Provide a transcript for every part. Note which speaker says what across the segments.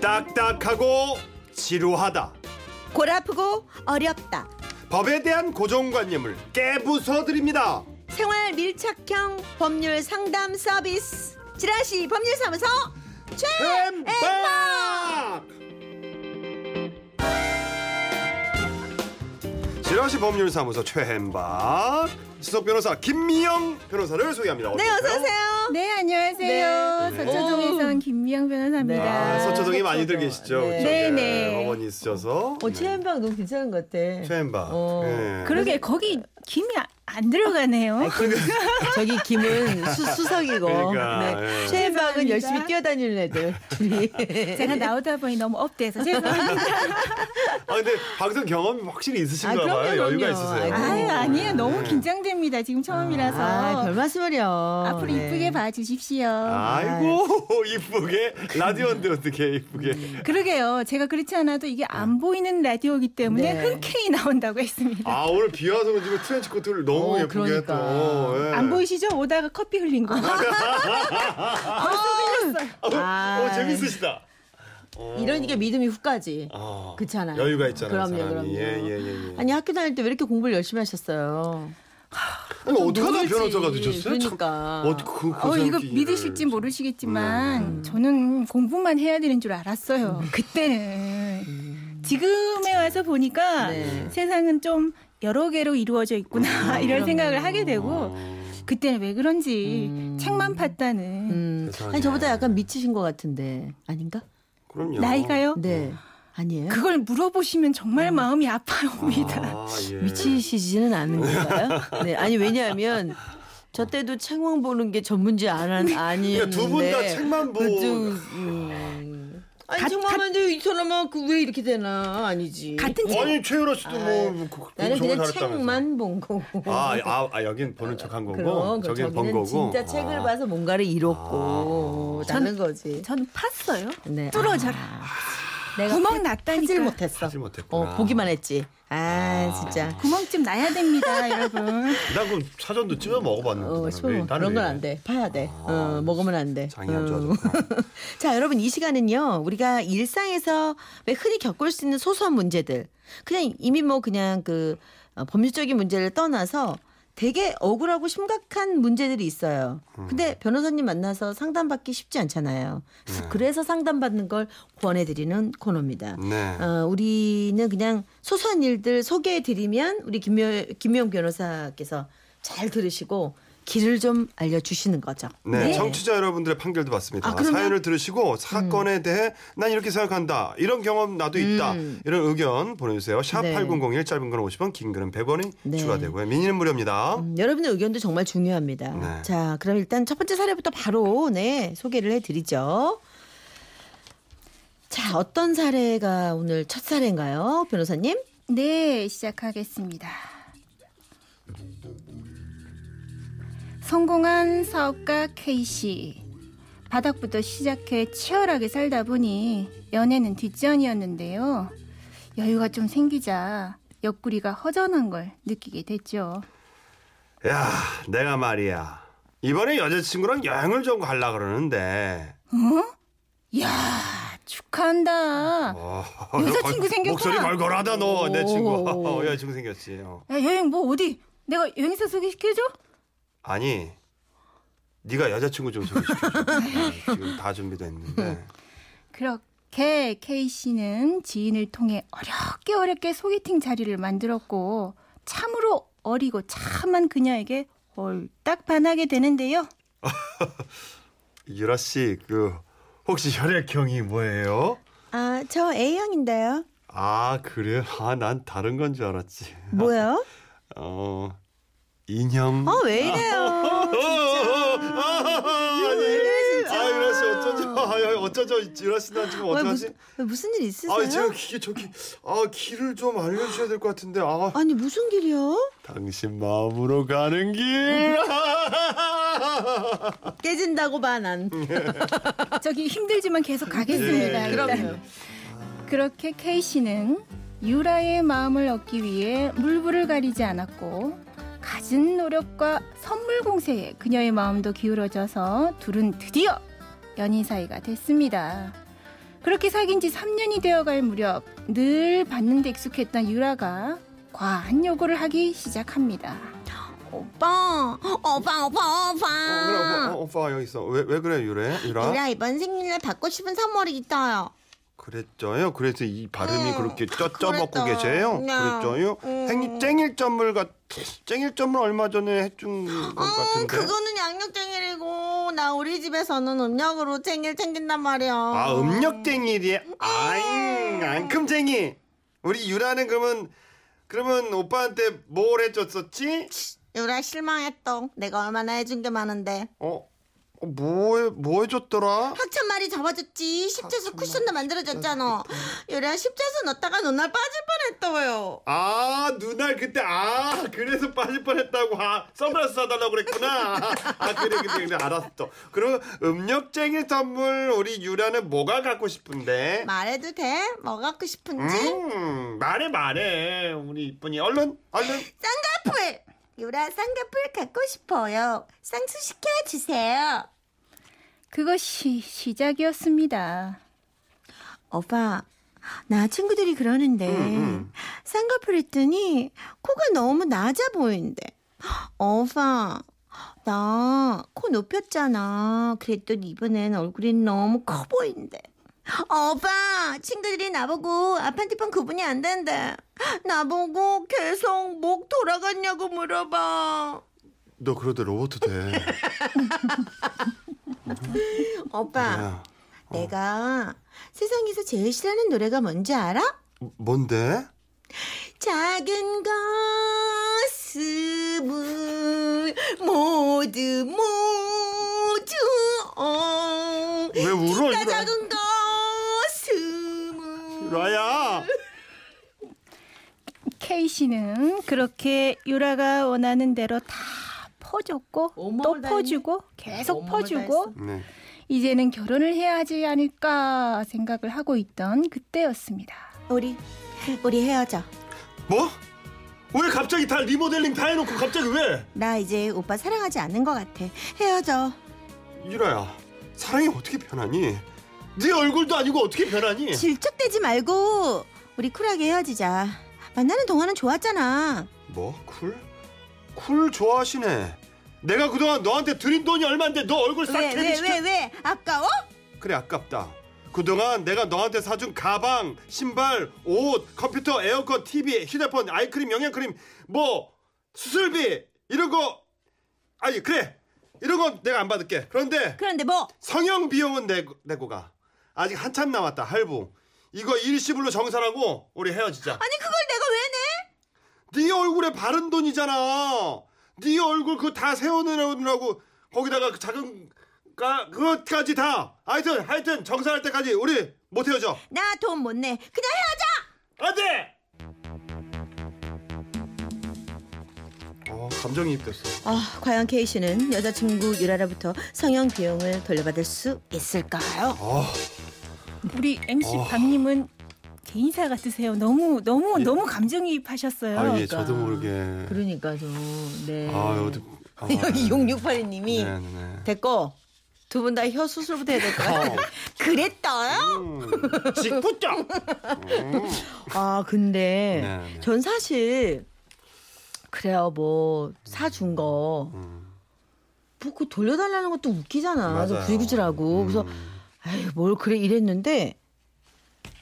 Speaker 1: 딱딱하고 지루하다.
Speaker 2: 골아프고 어렵다.
Speaker 1: 법에 대한 고정관념을 깨부숴 드립니다.
Speaker 2: 생활 밀착형 법률 상담 서비스 지라시 법률사무소
Speaker 1: 뱀
Speaker 2: 최엠박
Speaker 1: 박 지라시 법률사무소 최햄박 수석 변호사 김미영 변호사를 소개합니다.
Speaker 2: 네
Speaker 1: 어서
Speaker 2: 어서 오세요.
Speaker 3: 네 안녕하세요.
Speaker 1: 네.
Speaker 3: 서초동에서 온 김미영
Speaker 1: 네. 아,
Speaker 3: 변호사입니다.
Speaker 1: 서초동이 많이들
Speaker 4: 서초동.
Speaker 1: 계시죠.
Speaker 4: 네.
Speaker 1: 그쵸?
Speaker 3: 네,
Speaker 1: 예,
Speaker 3: 네.
Speaker 1: 어머니 있으셔서. 네,
Speaker 4: 어, 최현방 너무 괜찮은 것 같아.
Speaker 1: 최햄박.
Speaker 4: 어.
Speaker 1: 예.
Speaker 3: 그러게 거기 김이 아- 안 들어가네요.
Speaker 4: 저기 김은 수, 수석이고. 네.
Speaker 1: 그러니까, 예.
Speaker 4: 최현방은
Speaker 3: 죄송합니다.
Speaker 4: 열심히 뛰어다니는 애들. 둘이.
Speaker 3: 제가 나오다 보니 너무 업돼서 죄송합니다.
Speaker 1: 아 근데 방송 경험이 확실히
Speaker 4: 아,
Speaker 1: 있으신가
Speaker 4: 그럼요,
Speaker 1: 봐요. 여유가
Speaker 4: 그럼요.
Speaker 1: 있으세요.
Speaker 3: 아 아니에요 너무 긴장됩니다 지금 처음이라서
Speaker 4: 아, 별 말씀을요.
Speaker 3: 앞으로
Speaker 4: 네.
Speaker 3: 이쁘게 봐주십시오.
Speaker 1: 아. 아이고
Speaker 4: 예.
Speaker 1: 이쁘게 라디오인데 어떻게 이쁘게.
Speaker 3: 그러게요 제가 그렇지 않아도 이게 안 보이는 라디오이기 때문에
Speaker 4: 네.
Speaker 3: 흔쾌히 나온다고 했습니다.
Speaker 1: 아 오늘 비 와서 그런지 그 트렌치 코트를 너무
Speaker 4: 어,
Speaker 1: 예쁘게
Speaker 4: 그러니까.
Speaker 1: 또. 예.
Speaker 3: 안 보이시죠? 오다가 커피 흘린 거.
Speaker 1: 어,
Speaker 4: 아.
Speaker 1: 어, 재밌으시다. 어.
Speaker 4: 이러니까 믿음이 후까지.
Speaker 1: 아,
Speaker 4: 그렇잖아요.
Speaker 1: 여유가 있잖아요.
Speaker 4: 그럼요,
Speaker 1: 사람이.
Speaker 4: 그럼요.
Speaker 1: 예, 예, 예, 예.
Speaker 4: 아니 학교 다닐 때 왜 이렇게 공부를 열심히 하셨어요?
Speaker 1: 아니,
Speaker 4: 좀
Speaker 1: 어떡하다
Speaker 4: 놀지.
Speaker 1: 변호사가 되셨어요? 참,
Speaker 4: 그러니까.
Speaker 1: 어떻게 그
Speaker 3: 어,
Speaker 1: 고생
Speaker 3: 이거
Speaker 1: 끼니를
Speaker 3: 믿으실지
Speaker 1: 참.
Speaker 4: 네,
Speaker 3: 모르시겠지만 저는 공부만 해야 되는 줄 알았어요.
Speaker 4: 음.
Speaker 3: 그때는 지금에 와서 보니까
Speaker 4: 네. 아,
Speaker 3: 세상은 좀 여러 개로 이루어져 있구나 이런 생각을 하게 되고 그때는 왜 그런지 책만 팠다는
Speaker 4: 음.
Speaker 1: 세상에.
Speaker 4: 아니 저보다 약간 미치신 것 같은데 아닌가?
Speaker 1: 그럼요. 아,
Speaker 3: 나이가요.
Speaker 4: 네.
Speaker 1: 어.
Speaker 4: 아니에요.
Speaker 3: 그걸 물어보시면 정말 마음이 아파옵니다.
Speaker 1: 아, 예.
Speaker 4: 미치시지는 않은 건가요? 네. 아니 왜냐하면 저 때도 책만 보는 게 전문지 안 한, 아니었는데.
Speaker 1: 그러니까 두분다 책만 보고.
Speaker 4: 그쪽, 음. 아니 책만 봤는데 이 사람은 그 왜 이렇게 되나 아니지.
Speaker 3: 같은 책
Speaker 1: 아니 최유라 씨도 뭐 그-
Speaker 4: 나는
Speaker 1: 정말
Speaker 4: 그냥
Speaker 1: 잘했다면서.
Speaker 4: 책만 본 거고.
Speaker 1: 아, 아, 아 여긴 보는 척 한 거고
Speaker 4: 그럼 그
Speaker 1: 저긴
Speaker 4: 저기는
Speaker 1: 본 거고.
Speaker 4: 진짜
Speaker 1: 아.
Speaker 4: 책을 봐서 뭔가를 이뤘고
Speaker 1: 아.
Speaker 4: 나는 거지.
Speaker 3: 전 팠어요.
Speaker 4: 네.
Speaker 3: 뚫어져라.
Speaker 4: 내가
Speaker 3: 구멍
Speaker 4: 하질
Speaker 3: 났다니까.
Speaker 4: 못했어.
Speaker 1: 하질 못했구나.
Speaker 4: 어, 보기만 했지. 아, 진짜.
Speaker 3: 구멍쯤 나야 됩니다, 여러분.
Speaker 1: 난 그럼 사전도 찢어 먹어봤는데.
Speaker 4: 어,
Speaker 1: 나는 왜-
Speaker 4: 소,
Speaker 1: 나는
Speaker 4: 그런
Speaker 1: 왜
Speaker 4: 건
Speaker 1: 이래?
Speaker 4: 안 돼. 봐야 돼.
Speaker 1: 아,
Speaker 4: 어, 먹으면 안 돼.
Speaker 1: 장이 안
Speaker 4: 어.
Speaker 1: 좋아졌구나.
Speaker 4: 자, 여러분 이 시간은요. 우리가 일상에서 왜 흔히 겪을 수 있는 소소한 문제들. 그냥 이미 뭐 그냥 그 어, 법률적인 문제를 떠나서 되게 억울하고 심각한 문제들이 있어요.
Speaker 1: 음.
Speaker 4: 근데 변호사님 만나서 상담받기 쉽지 않잖아요. 그래서 상담받는 걸 권해드리는 코너입니다.
Speaker 1: 네.
Speaker 4: 어, 우리는 그냥 소소한 일들 소개해드리면 우리 김여, 김영 변호사께서 잘 들으시고 길을 좀 알려주시는 거죠.
Speaker 1: 네, 청취자 여러분들의 판결도 받습니다.
Speaker 4: 아, 그러면-
Speaker 1: 사연을 들으시고 사건에 대해 난 이렇게 생각한다. 이런 경험 나도 있다. 이런 의견 보내주세요. 샵
Speaker 4: 네.
Speaker 1: 8001 짧은 건 50원 긴 글은 100원이
Speaker 4: 네.
Speaker 1: 추가되고요. 미니는 무료입니다.
Speaker 4: 음, 여러분의 의견도 정말 중요합니다.
Speaker 1: 네.
Speaker 4: 자, 그럼 일단 첫 번째 사례부터 바로 네 소개를 해드리죠. 자, 어떤 사례가 오늘 첫 사례인가요, 변호사님?
Speaker 3: 네, 시작하겠습니다. 성공한 사업가 K씨. 바닥부터 시작해 치열하게 살다 보니 연애는 뒷전이었는데요. 여유가 좀 생기자 옆구리가 허전한 걸 느끼게 됐죠.
Speaker 1: 야, 내가 말이야. 이번에 여자친구랑 여행을 좀 갈라 그러는데.
Speaker 3: 이야, 축하한다.
Speaker 1: 어,
Speaker 3: 여자친구
Speaker 1: 걸-
Speaker 3: 생겼구나.
Speaker 1: 목소리 걸걸하다 너. 내
Speaker 4: 오.
Speaker 1: 친구. 어, 여자친구 생겼지. 어.
Speaker 3: 야, 여행 뭐 어디? 내가 여행사 소개시켜줘?
Speaker 1: 아니, 네가 여자친구 좀 소개시켜. 지금 다 준비돼 있는데.
Speaker 3: 그렇게 K 씨는 지인을 통해 어렵게 어렵게 소개팅 자리를 만들었고 참으로 어리고 참한 그녀에게 홀딱 반하게 되는데요.
Speaker 1: 유라 씨, 그 혹시 혈액형이 뭐예요?
Speaker 4: 아, 저 A형인데요.
Speaker 1: 아 그래요? 아 난 다른 건 줄 알았지.
Speaker 4: 뭐요?
Speaker 1: 어 인형.
Speaker 4: 어, 왜 이래요?
Speaker 1: 어, 어, 어, 아, 아니.
Speaker 4: 진짜.
Speaker 1: 아 유라 씨 어쩌죠? 아, 야, 어쩌죠? 유라 씨난 지금
Speaker 4: 왜
Speaker 1: 어떡하지?
Speaker 4: 무슨, 왜 무슨 일 있으세요?
Speaker 1: 아 제가 기, 저기 아 길을 좀 알려주셔야 될 것 같은데 아
Speaker 4: 아니, 무슨 길이요?
Speaker 1: 당신 마음으로 가는 길. 어,
Speaker 4: 깨진다고 봐, 난.
Speaker 1: 음.
Speaker 4: 네,
Speaker 3: 저기 힘들지만 계속 가겠습니다.
Speaker 1: 예,
Speaker 3: 일단.
Speaker 1: 그럼요.
Speaker 3: 그렇게 K 씨는 유라의 마음을 얻기 위해 물불을 가리지 않았고 가진 노력과 선물 공세에 그녀의 마음도 기울어져서 둘은 드디어 연인 사이가 됐습니다. 그렇게 사귄 지 3년이 되어갈 무렵 늘 받는 데 익숙했던 유라가 과한 요구를 하기 시작합니다.
Speaker 4: 오빠,
Speaker 1: 어, 그래,
Speaker 4: 오빠, 오빠,
Speaker 1: 오빠,
Speaker 4: 오빠.
Speaker 1: 어, 오빠 여기 있어. 왜, 왜 그래, 유래? 유라?
Speaker 4: 유라 이번 생일날 받고 싶은 선물이 있어요.
Speaker 1: 그랬죠요. 그래서 이 발음이
Speaker 4: 음,
Speaker 1: 그렇게 쪄쪄먹고
Speaker 4: 그랬다.
Speaker 1: 계세요.
Speaker 4: 네.
Speaker 1: 그랬죠요.
Speaker 4: 음.
Speaker 1: 생 쨍일점을 같 쨍일점을 얼마 전에 해준 것
Speaker 4: 음,
Speaker 1: 같은데.
Speaker 4: 그거는 양력쟁일이고 나 우리 집에서는 음력으로 챙길 챙긴단 말이야.
Speaker 1: 아 음력쟁이리. 아잉
Speaker 4: 음.
Speaker 1: 앙큼쟁이. 우리 유라는 그러면 그러면 오빠한테 뭘 해줬었지?
Speaker 4: 유라 실망했어. 내가 얼마나 해준 게 많은데.
Speaker 1: 어, 어, 뭐, 해- 뭐 해줬더라?
Speaker 4: 학참 말이 잡아줬지. 십자수 쿠션도 만들어줬잖아. 유라 십자수 넣다가 눈알 빠질 뻔했다고요.
Speaker 1: 아, 눈알 그때, 아, 그래서 빠질 뻔 했다고. 아, 선글라스 사달라고 그랬구나. 아, 그래, 그래, 그래, 알았어. 그럼 음력쟁이 선물, 우리 유라는 뭐가 갖고 싶은데?
Speaker 4: 말해도 돼? 뭐 갖고 싶은지?
Speaker 1: 음, 말해, 말해. 우리 이쁜이. 얼른, 얼른.
Speaker 4: 쌍꺼풀! 유라 쌍꺼풀 갖고 싶어요. 쌍수시켜주세요.
Speaker 3: 그것이 시작이었습니다.
Speaker 4: 오빠, 나 친구들이 그러는데 쌍꺼풀 했더니 코가 너무 낮아 보인대. 오빠, 나 코 높였잖아. 그랬더니 이번엔 얼굴이 너무 커 보인대. 오빠, 친구들이 나보고 아판티판 구분이 안 된대. 나보고 계속 목 돌아갔냐고 물어봐.
Speaker 1: 너 그러다 로봇 돼.
Speaker 4: 오빠,
Speaker 1: 아,
Speaker 4: 내가 세상에서 제일 싫어하는 노래가 뭔지 알아?
Speaker 1: 뭔데?
Speaker 4: 작은 가슴을 모두 모두 어.
Speaker 1: 왜 울어,
Speaker 4: 진짜
Speaker 1: 유라?
Speaker 4: 작은 가슴을
Speaker 1: 유라야.
Speaker 3: 케이 씨는 그렇게 유라가 원하는 대로 다 퍼줬고
Speaker 4: 어머,
Speaker 3: 또
Speaker 4: 나
Speaker 3: 퍼주고 계속
Speaker 4: 어머, 나 했어.
Speaker 3: 퍼주고
Speaker 1: 네.
Speaker 3: 이제는 결혼을 해야 하지 않을까 생각을 하고 있던 그때였습니다.
Speaker 4: 우리 우리 헤어져
Speaker 1: 뭐? 왜 갑자기 다 리모델링 다 해놓고 갑자기 왜?
Speaker 4: 나 이제 오빠 사랑하지 않는 것 같아 헤어져
Speaker 1: 유라야, 사랑이 어떻게 변하니? 네 얼굴도 아니고 어떻게 변하니?
Speaker 4: 질척대지 말고 우리 쿨하게 헤어지자 만나는 동안은 좋았잖아
Speaker 1: 뭐? 쿨? 쿨 좋아하시네. 내가 그동안 너한테 드린 돈이 얼마인데 너 얼굴 싹
Speaker 4: 왜
Speaker 2: 네,
Speaker 4: 왜 왜 왜
Speaker 1: 캐리시켜.
Speaker 4: 아까워? 어?
Speaker 1: 그래 아깝다. 그동안 내가 너한테 사준 가방, 신발, 옷, 컴퓨터, 에어컨, TV, 휴대폰, 아이크림, 영양크림, 뭐 수술비 이런 거 아니 그래 이런 건 내가 안 받을게. 그런데
Speaker 4: 그런데 뭐
Speaker 1: 성형 비용은 내고, 내고 가. 아직 한참 남았다 할부. 이거 일시불로 정산하고 우리 헤어지자.
Speaker 4: 아니 그걸 내가 왜 내?
Speaker 1: 네 얼굴에 바른 돈이잖아. 네 얼굴 그거 다 세워내느라고 거기다가 그 작은 가 그것까지 다. 하여튼 하여튼 정산할 때까지 우리 못 헤어져.
Speaker 4: 나 아, 돈 뭐. 못 내. 그냥 헤어져.
Speaker 1: 안돼. 어 감정이입 됐어.
Speaker 4: 아, 과연 케이 씨는 여자친구 유라라부터 성형 비용을 돌려받을 수 있을까요?
Speaker 1: 아
Speaker 3: 우리 MC
Speaker 1: 어.
Speaker 3: 박님은 개인사 같으세요. 너무 너무
Speaker 1: 예.
Speaker 3: 너무 감정이입하셨어요.
Speaker 1: 아, 예,
Speaker 4: 그러니까.
Speaker 1: 저도 모르게.
Speaker 4: 그러니까요. 네.
Speaker 1: 아 어디. 아,
Speaker 4: 여기 0682님이
Speaker 1: 네, 네, 네.
Speaker 4: 됐고 두 분 다 혀 수술부터 해야 될 거야.
Speaker 1: 어.
Speaker 4: 그랬다.
Speaker 1: 음. 직구장.
Speaker 4: 아, 근데
Speaker 1: 네, 네.
Speaker 4: 전 사실 그래요. 뭐 사준 거. 뭐그 돌려달라는 것도 웃기잖아. 좀
Speaker 1: 맞아요. 음.
Speaker 4: 불구질하고. 그래서 에휴, 뭘 그래 이랬는데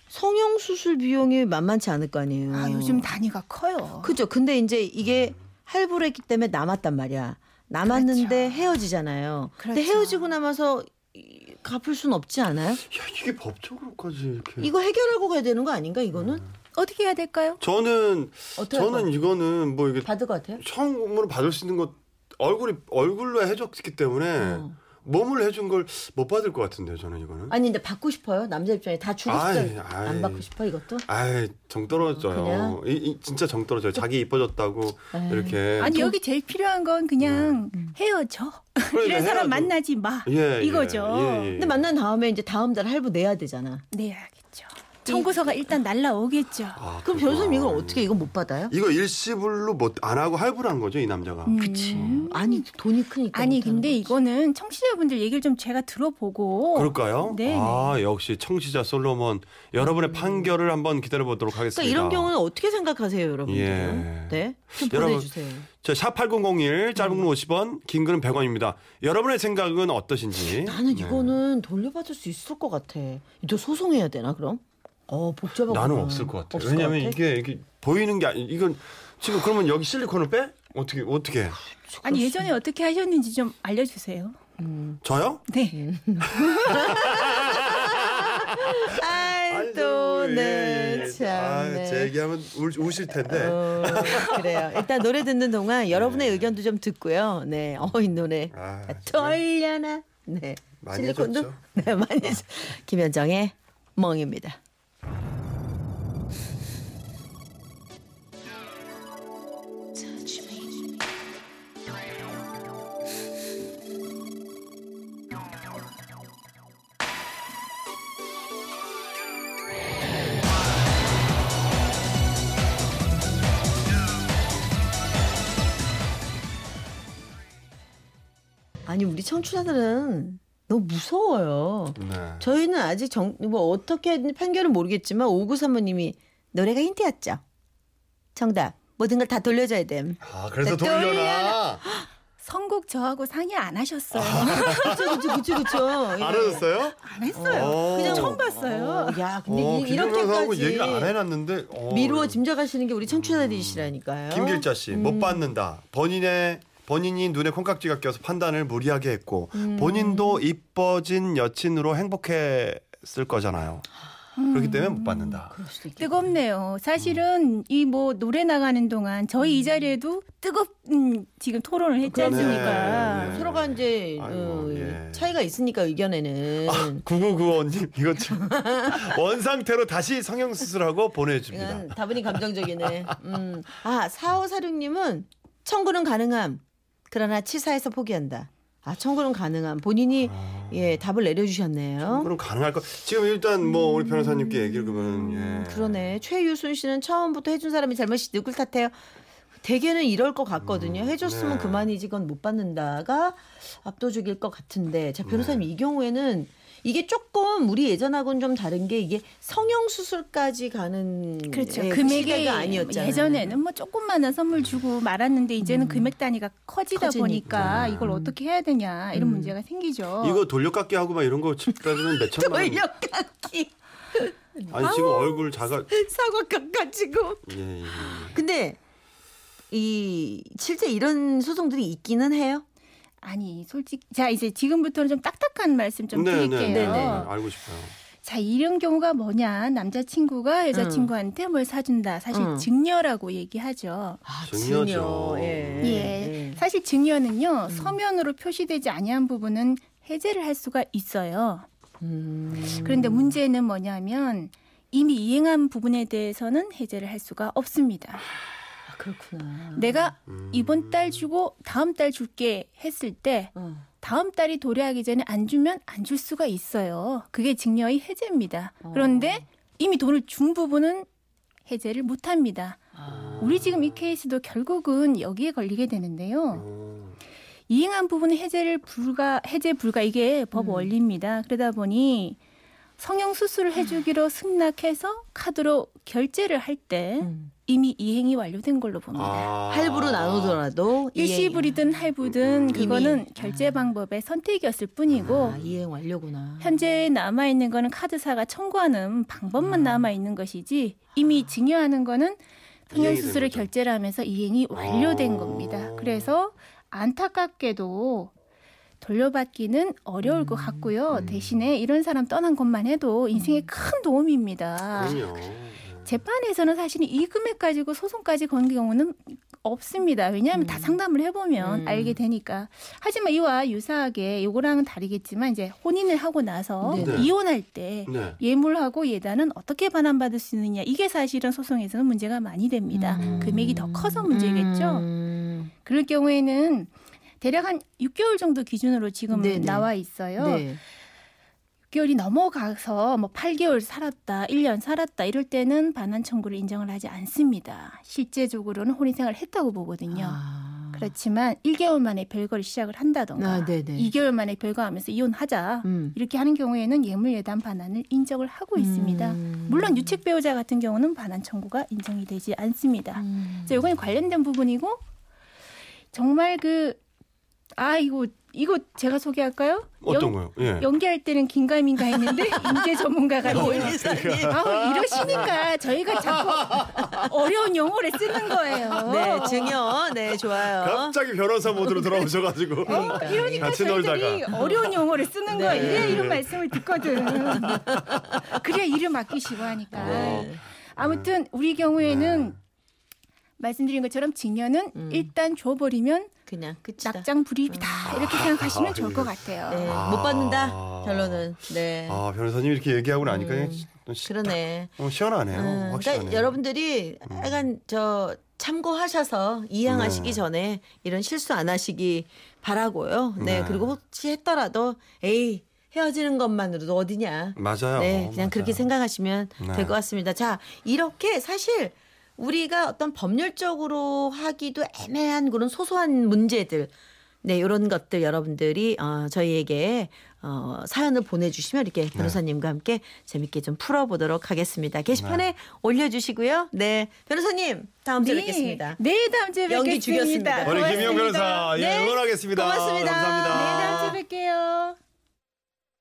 Speaker 4: 성형 수술 비용이 만만치 않을 거 아니에요.
Speaker 3: 아, 요즘 단위가 커요.
Speaker 4: 그죠. 근데 이제 이게
Speaker 1: 음.
Speaker 4: 할부를 했기 때문에 남았단 말이야. 남았는데
Speaker 3: 그렇죠.
Speaker 4: 헤어지잖아요. 근데
Speaker 3: 그렇죠.
Speaker 4: 헤어지고 남아서 이- 갚을 순 없지 않아요?
Speaker 1: 야 이게 법적으로까지 이렇게.
Speaker 4: 이거 해결하고 가야 되는 거 아닌가 이거는?
Speaker 3: 어떻게 해야 될까요?
Speaker 1: 저는
Speaker 4: 어떻게 할
Speaker 1: 저는 이거는 뭐 이게
Speaker 4: 받을 것 같아요?
Speaker 1: 처음으로 받을 수 있는 것 얼굴이 얼굴로 해줬기 때문에
Speaker 4: 어.
Speaker 1: 몸을 해준 걸 못 받을 것 같은데요. 저는 이거는.
Speaker 4: 아니 근데 받고 싶어요? 남자 입장에 다 주고
Speaker 1: 아이,
Speaker 4: 싶어요. 안
Speaker 1: 아이.
Speaker 4: 받고 싶어 이것도?
Speaker 1: 아이 정 떨어져요.
Speaker 4: 그냥?
Speaker 1: 이, 이 진짜 정 떨어져요. 자기 이뻐졌다고
Speaker 4: 에이.
Speaker 1: 이렇게.
Speaker 3: 아니 여기 제일 필요한 건 그냥
Speaker 4: 음,
Speaker 3: 헤어져.
Speaker 1: 그러니까
Speaker 3: 이런
Speaker 1: 헤어져.
Speaker 3: 사람 만나지 마.
Speaker 1: 예, 예,
Speaker 3: 이거죠.
Speaker 1: 예, 예.
Speaker 4: 근데 만난 다음에 이제 다음 달 할부 내야 되잖아.
Speaker 3: 네 알겠죠. 청구서가 일단 날라오겠죠.
Speaker 1: 아,
Speaker 4: 그럼
Speaker 1: 그렇구나.
Speaker 4: 변호사님 이걸 어떻게 이건 못 받아요?
Speaker 1: 이거 일시불로 못 안 하고 할부한 거죠 이 남자가.
Speaker 3: 음.
Speaker 4: 그치. 아니 돈이 크니까.
Speaker 3: 아니
Speaker 4: 그러니까 못하는
Speaker 3: 근데
Speaker 4: 거지. 그렇죠,
Speaker 3: 이거는 청취자분들 얘기를 좀 제가 들어보고
Speaker 1: 그럴까요?
Speaker 3: 네,
Speaker 1: 아 역시 청취자 솔로몬 여러분의 판결을 한번 기다려보도록 하겠습니다.
Speaker 4: 음. 그러니까 이런 경우는 어떻게 생각하세요, 여러분들?
Speaker 1: 예.
Speaker 4: 네. 좀
Speaker 1: 여러분, 예?
Speaker 4: 보내주세요.
Speaker 1: 저샵 8001 짧은 건 50원, 긴 글은 100원입니다. 여러분의 생각은 어떠신지?
Speaker 4: 나는
Speaker 1: 네.
Speaker 4: 이거는 돌려받을 수 있을 것 같아. 너 소송해야 되나 그럼? 어 복잡하고.
Speaker 1: 나는 없을 것 같아. 요
Speaker 4: 없을
Speaker 1: 왜냐면
Speaker 4: 것 같아?
Speaker 1: 이게 이게 보이는 게 아니 이건 지금 그러면 여기 실리콘을 빼? 어떻게 어떻게? 해?
Speaker 3: 아니 예전에 어떻게 하셨는지 좀 알려주세요.
Speaker 4: 음.
Speaker 1: 저요?
Speaker 3: 네.
Speaker 4: 아이
Speaker 1: 아이고,
Speaker 4: 또,
Speaker 1: 예,
Speaker 4: 네,
Speaker 1: 예.
Speaker 4: 참.
Speaker 1: 아,
Speaker 4: 네.
Speaker 1: 제 얘기하면 울, 우실 텐데.
Speaker 4: 어, 그래요. 일단 노래 듣는 동안 여러분의 의견도 좀 듣고요. 네, 어 이 노래
Speaker 1: 네. 아,
Speaker 4: 떨려나. 네,
Speaker 1: 많이
Speaker 4: 실리콘도?
Speaker 1: 해줬죠. 어.
Speaker 4: 네, 많이 해줬- 김현정의 멍입니다. 아니 우리 청취자들은 너무 무서워요.
Speaker 1: 네.
Speaker 4: 저희는 아직 정, 뭐 어떻게 판결은 모르겠지만 오구 사모님이 노래가 힌트였죠. 정답. 모든 걸 다 돌려줘야 됨.
Speaker 1: 아, 그래서
Speaker 4: 네,
Speaker 1: 돌려라.
Speaker 3: 선곡 저하고 상의 안 하셨어요.
Speaker 4: 아. 그쵸 그쵸 그쵸 그쵸.
Speaker 1: 예. 알아줬어요?
Speaker 3: 안 했어요.
Speaker 1: 어.
Speaker 3: 그냥 처음 봤어요.
Speaker 4: 어, 야 근데
Speaker 1: 어,
Speaker 4: 이-
Speaker 1: 김영란하고 얘기를 안
Speaker 4: 이렇게까지
Speaker 1: 해놨는데 어,
Speaker 4: 미루어 짐작하시는 게 우리 청취자들이시라니까요.
Speaker 1: 김길자 씨 못 받는다. 본인의 본인이 눈에 콩깍지가 껴서 판단을 무리하게 했고 본인도 이뻐진 여친으로 행복했을 거잖아요. 그렇기 때문에 못 받는다.
Speaker 4: 그럴 수도 있겠다.
Speaker 3: 뜨겁네요.
Speaker 4: 음.
Speaker 3: 사실은 이 뭐 노래 나가는 동안 저희 이 자리에도 뜨겁은 지금 토론을 했지
Speaker 4: 그러네.
Speaker 3: 않습니까?
Speaker 1: 네.
Speaker 4: 서로가 이제
Speaker 1: 아이고,
Speaker 4: 어,
Speaker 1: 예. 아,
Speaker 4: 차이가 있으니까 의견에는
Speaker 1: 구구구원님 이거 참 원상태로 다시 성형 수술하고 보내줍니다.
Speaker 4: 이건 다분히 감정적이네. 음. 아, 4546님은 청구는 가능함. 그러나 치사해서 포기한다. 아, 청구는 가능함. 본인이
Speaker 1: 아.
Speaker 4: 예, 답을 내려주셨네요.
Speaker 1: 그럼 가능할 거. 지금 일단 뭐 우리 변호사님께 얘기를 그러면 예.
Speaker 4: 그러네. 최유순 씨는 처음부터 해준 사람이 잘못이 누굴 탓해요? 대개는 이럴 것 같거든요.
Speaker 1: 네.
Speaker 4: 해줬으면 그만이지, 그건 못 받는다가 압도적일 것 같은데.
Speaker 1: 네.
Speaker 4: 자, 변호사님, 이 경우에는 이게 조금 우리 예전하고는 좀 다른 게 이게 성형수술까지 가는
Speaker 3: 그렇죠.
Speaker 4: 예, 그
Speaker 3: 금액이
Speaker 4: 시대가 아니었잖아요. 음.
Speaker 3: 예전에는 뭐 조그마한 선물 주고 말았는데 이제는 금액 단위가 커지다
Speaker 4: 커지니까. 음.
Speaker 3: 보니까 이걸 어떻게 해야 되냐 이런 문제가 생기죠.
Speaker 1: 이거 돌려깎기 하고 막 이런 거 집까지는 몇 천만 원.
Speaker 4: 어. 돌려깎기
Speaker 1: 아니 지금 얼굴 작아.
Speaker 4: 사과 깎아지고
Speaker 1: 예, 예, 예.
Speaker 4: 근데 이 실제 이런 소송들이 있기는 해요.
Speaker 3: 아니 솔직히 자 이제 지금부터는 좀 딱딱한 말씀 좀
Speaker 1: 네, 네,
Speaker 3: 드릴게요.
Speaker 1: 네, 네. 알고 싶어요.
Speaker 3: 자 이런 경우가 뭐냐
Speaker 4: 음.
Speaker 3: 남자친구가 여자친구한테 뭘 사준다 사실
Speaker 4: 응.
Speaker 3: 증여라고 얘기하죠.
Speaker 4: 아,
Speaker 1: 증여죠.
Speaker 4: 증여.
Speaker 1: 예.
Speaker 4: 네.
Speaker 3: 예. 사실
Speaker 4: 음.
Speaker 3: 증여는요 서면으로 표시되지 아니한 부분은 해제를 할 수가 있어요.
Speaker 4: 음.
Speaker 3: 그런데 문제는 뭐냐면 이미 이행한 부분에 대해서는 해제를 할 수가 없습니다.
Speaker 4: 아, 그렇구나.
Speaker 3: 내가
Speaker 1: 음.
Speaker 3: 이번 달 주고 다음 달 줄게 했을 때
Speaker 4: 어.
Speaker 3: 다음 달이 도래하기 전에 안 주면 안 줄 수가 있어요. 그게 증여의 해제입니다. 그런데 이미 돈을 준 부분은 해제를 못 합니다. 우리 지금 이 케이스도 결국은 여기에 걸리게 되는데요.
Speaker 1: 어.
Speaker 4: 음.
Speaker 3: 이행한 부분은 해제를 불가 해제 불가 이게
Speaker 4: 음.
Speaker 3: 법 원리입니다. 그러다 보니 성형 수술을 해주기로 승낙해서 카드로 결제를 할 때
Speaker 4: 음.
Speaker 3: 이미 이행이 완료된 걸로 봅니다.
Speaker 1: 아.
Speaker 4: 할부로 나누더라도
Speaker 3: 일시불이든 할부든
Speaker 4: 음. 이미.
Speaker 3: 그거는 결제 방법의 선택이었을 뿐이고
Speaker 4: 아, 이행 완료구나.
Speaker 3: 현재 남아 있는 거는 카드사가 청구하는 방법만 남아 있는 것이지 이미 증여하는 거는 성형
Speaker 1: 이행이 된
Speaker 3: 수술을
Speaker 1: 거죠.
Speaker 3: 결제를 하면서 이행이 완료된
Speaker 1: 아.
Speaker 3: 겁니다. 그래서 안타깝게도 돌려받기는 어려울 것 같고요.
Speaker 1: 음.
Speaker 3: 대신에 이런 사람 떠난 것만 해도 인생에 큰 도움입니다.
Speaker 1: 그럼요.
Speaker 3: 재판에서는 사실 이 금액 가지고 소송까지 건 경우는 없습니다. 왜냐하면 다 상담을 해보면
Speaker 4: 음.
Speaker 3: 알게 되니까. 하지만 이와 유사하게 요거랑은 다르겠지만 이제 혼인을 하고 나서
Speaker 1: 네네.
Speaker 3: 이혼할 때
Speaker 4: 음.
Speaker 1: 네.
Speaker 3: 예물하고 예단은 어떻게 반환받을 수 있느냐 이게 사실은 소송에서는 문제가 많이 됩니다. 금액이 더 커서 문제겠죠.
Speaker 4: 음.
Speaker 3: 그럴 경우에는 대략 한 6개월 정도 기준으로 지금
Speaker 4: 네네.
Speaker 3: 나와 있어요.
Speaker 4: 네.
Speaker 3: 6개월이 넘어가서 뭐 8개월 살았다, 1년 살았다 이럴 때는 반환 청구를 인정을 하지 않습니다. 실제적으로는 혼인생활을 했다고 보거든요.
Speaker 4: 아.
Speaker 3: 그렇지만 1개월 만에 별거를 시작을 한다던가
Speaker 4: 아, 네네.
Speaker 3: 2개월 만에 별거하면서 이혼하자
Speaker 4: 음.
Speaker 3: 이렇게 하는 경우에는 예물예단 반환을 인정을 하고 있습니다.
Speaker 4: 음.
Speaker 3: 물론 유책 배우자 같은 경우는 반환 청구가 인정이 되지 않습니다.
Speaker 4: 음.
Speaker 3: 그래서 이건 관련된 부분이고 정말 그 아 이거 이거 제가 소개할까요?
Speaker 1: 어떤 거요? 예.
Speaker 4: 네.
Speaker 3: 연, 기할 때는 긴가민가 했는데 인재 전문가가
Speaker 4: 어,
Speaker 3: 되요.
Speaker 4: 원리사님.
Speaker 3: 아 이러시니까 저희가 자꾸 어려운 용어를 쓰는 거예요.
Speaker 4: 네, 증여. 네, 좋아요.
Speaker 1: 갑자기 변호사 모드로
Speaker 4: 네.
Speaker 1: 돌아오셔가지고
Speaker 4: 그러니까.
Speaker 3: 어, 이러니까
Speaker 1: 같이
Speaker 3: 저희들이
Speaker 1: 놀다가.
Speaker 3: 어려운 용어를 쓰는
Speaker 4: 네.
Speaker 3: 거예요. 이래 이런
Speaker 1: 네.
Speaker 3: 말씀을 듣거든. 그래야 이름 아끼시고 하니까.
Speaker 4: 어.
Speaker 1: 네.
Speaker 3: 아무튼 우리 경우에는 말씀드린 것처럼 증여는
Speaker 4: 네. 음.
Speaker 3: 일단 줘버리면
Speaker 4: 그냥 끝이다.
Speaker 3: 낙장불입이다 이렇게 생각하시면 좋을 것
Speaker 4: 음. 네,
Speaker 3: 같아요.
Speaker 4: 못 받는다.
Speaker 1: 아.
Speaker 4: 결론은. 네.
Speaker 1: 아 변호사님 이렇게 얘기하고 나니까
Speaker 4: 음.
Speaker 1: 시- 시-
Speaker 4: 그러네.
Speaker 1: 어, 시원하네요.
Speaker 4: 음,
Speaker 1: 확실하네요. 음.
Speaker 4: 그러니까 여러분들이 약간 저 참고하셔서 이양하시기
Speaker 1: 네.
Speaker 4: 전에 이런 실수 안 하시기 바라고요. 네,
Speaker 1: 네.
Speaker 4: 그리고 혹시 했더라도 에이 헤어지는 것만으로도 어디냐.
Speaker 1: 맞아요.
Speaker 4: 네, 그냥
Speaker 1: 맞아요.
Speaker 4: 그렇게 생각하시면
Speaker 1: 네.
Speaker 4: 될 것 같습니다. 자, 이렇게 사실 우리가 어떤 법률적으로 하기도 애매한 그런 소소한 문제들, 네, 이런 것들 여러분들이 어, 저희에게 어, 사연을 보내주시면
Speaker 1: 네.
Speaker 4: 이렇게 변호사님과 함께 재밌게 좀 풀어보도록 하겠습니다.
Speaker 1: 네.
Speaker 4: 게시판에 올려주시고요. 네, 변호사님 다음 주에 뵙겠습니다.
Speaker 3: 네, 다음 주에
Speaker 4: 연기
Speaker 3: 뵙겠습니다.
Speaker 4: 죽였습니다.
Speaker 1: 우리 김영
Speaker 3: 고맙습니다.
Speaker 1: 변호사 예,
Speaker 4: 네.
Speaker 1: 응원하겠습니다.
Speaker 4: 고맙습니다.
Speaker 1: 감사합니다.
Speaker 3: 네, 다음 주에 뵐게요.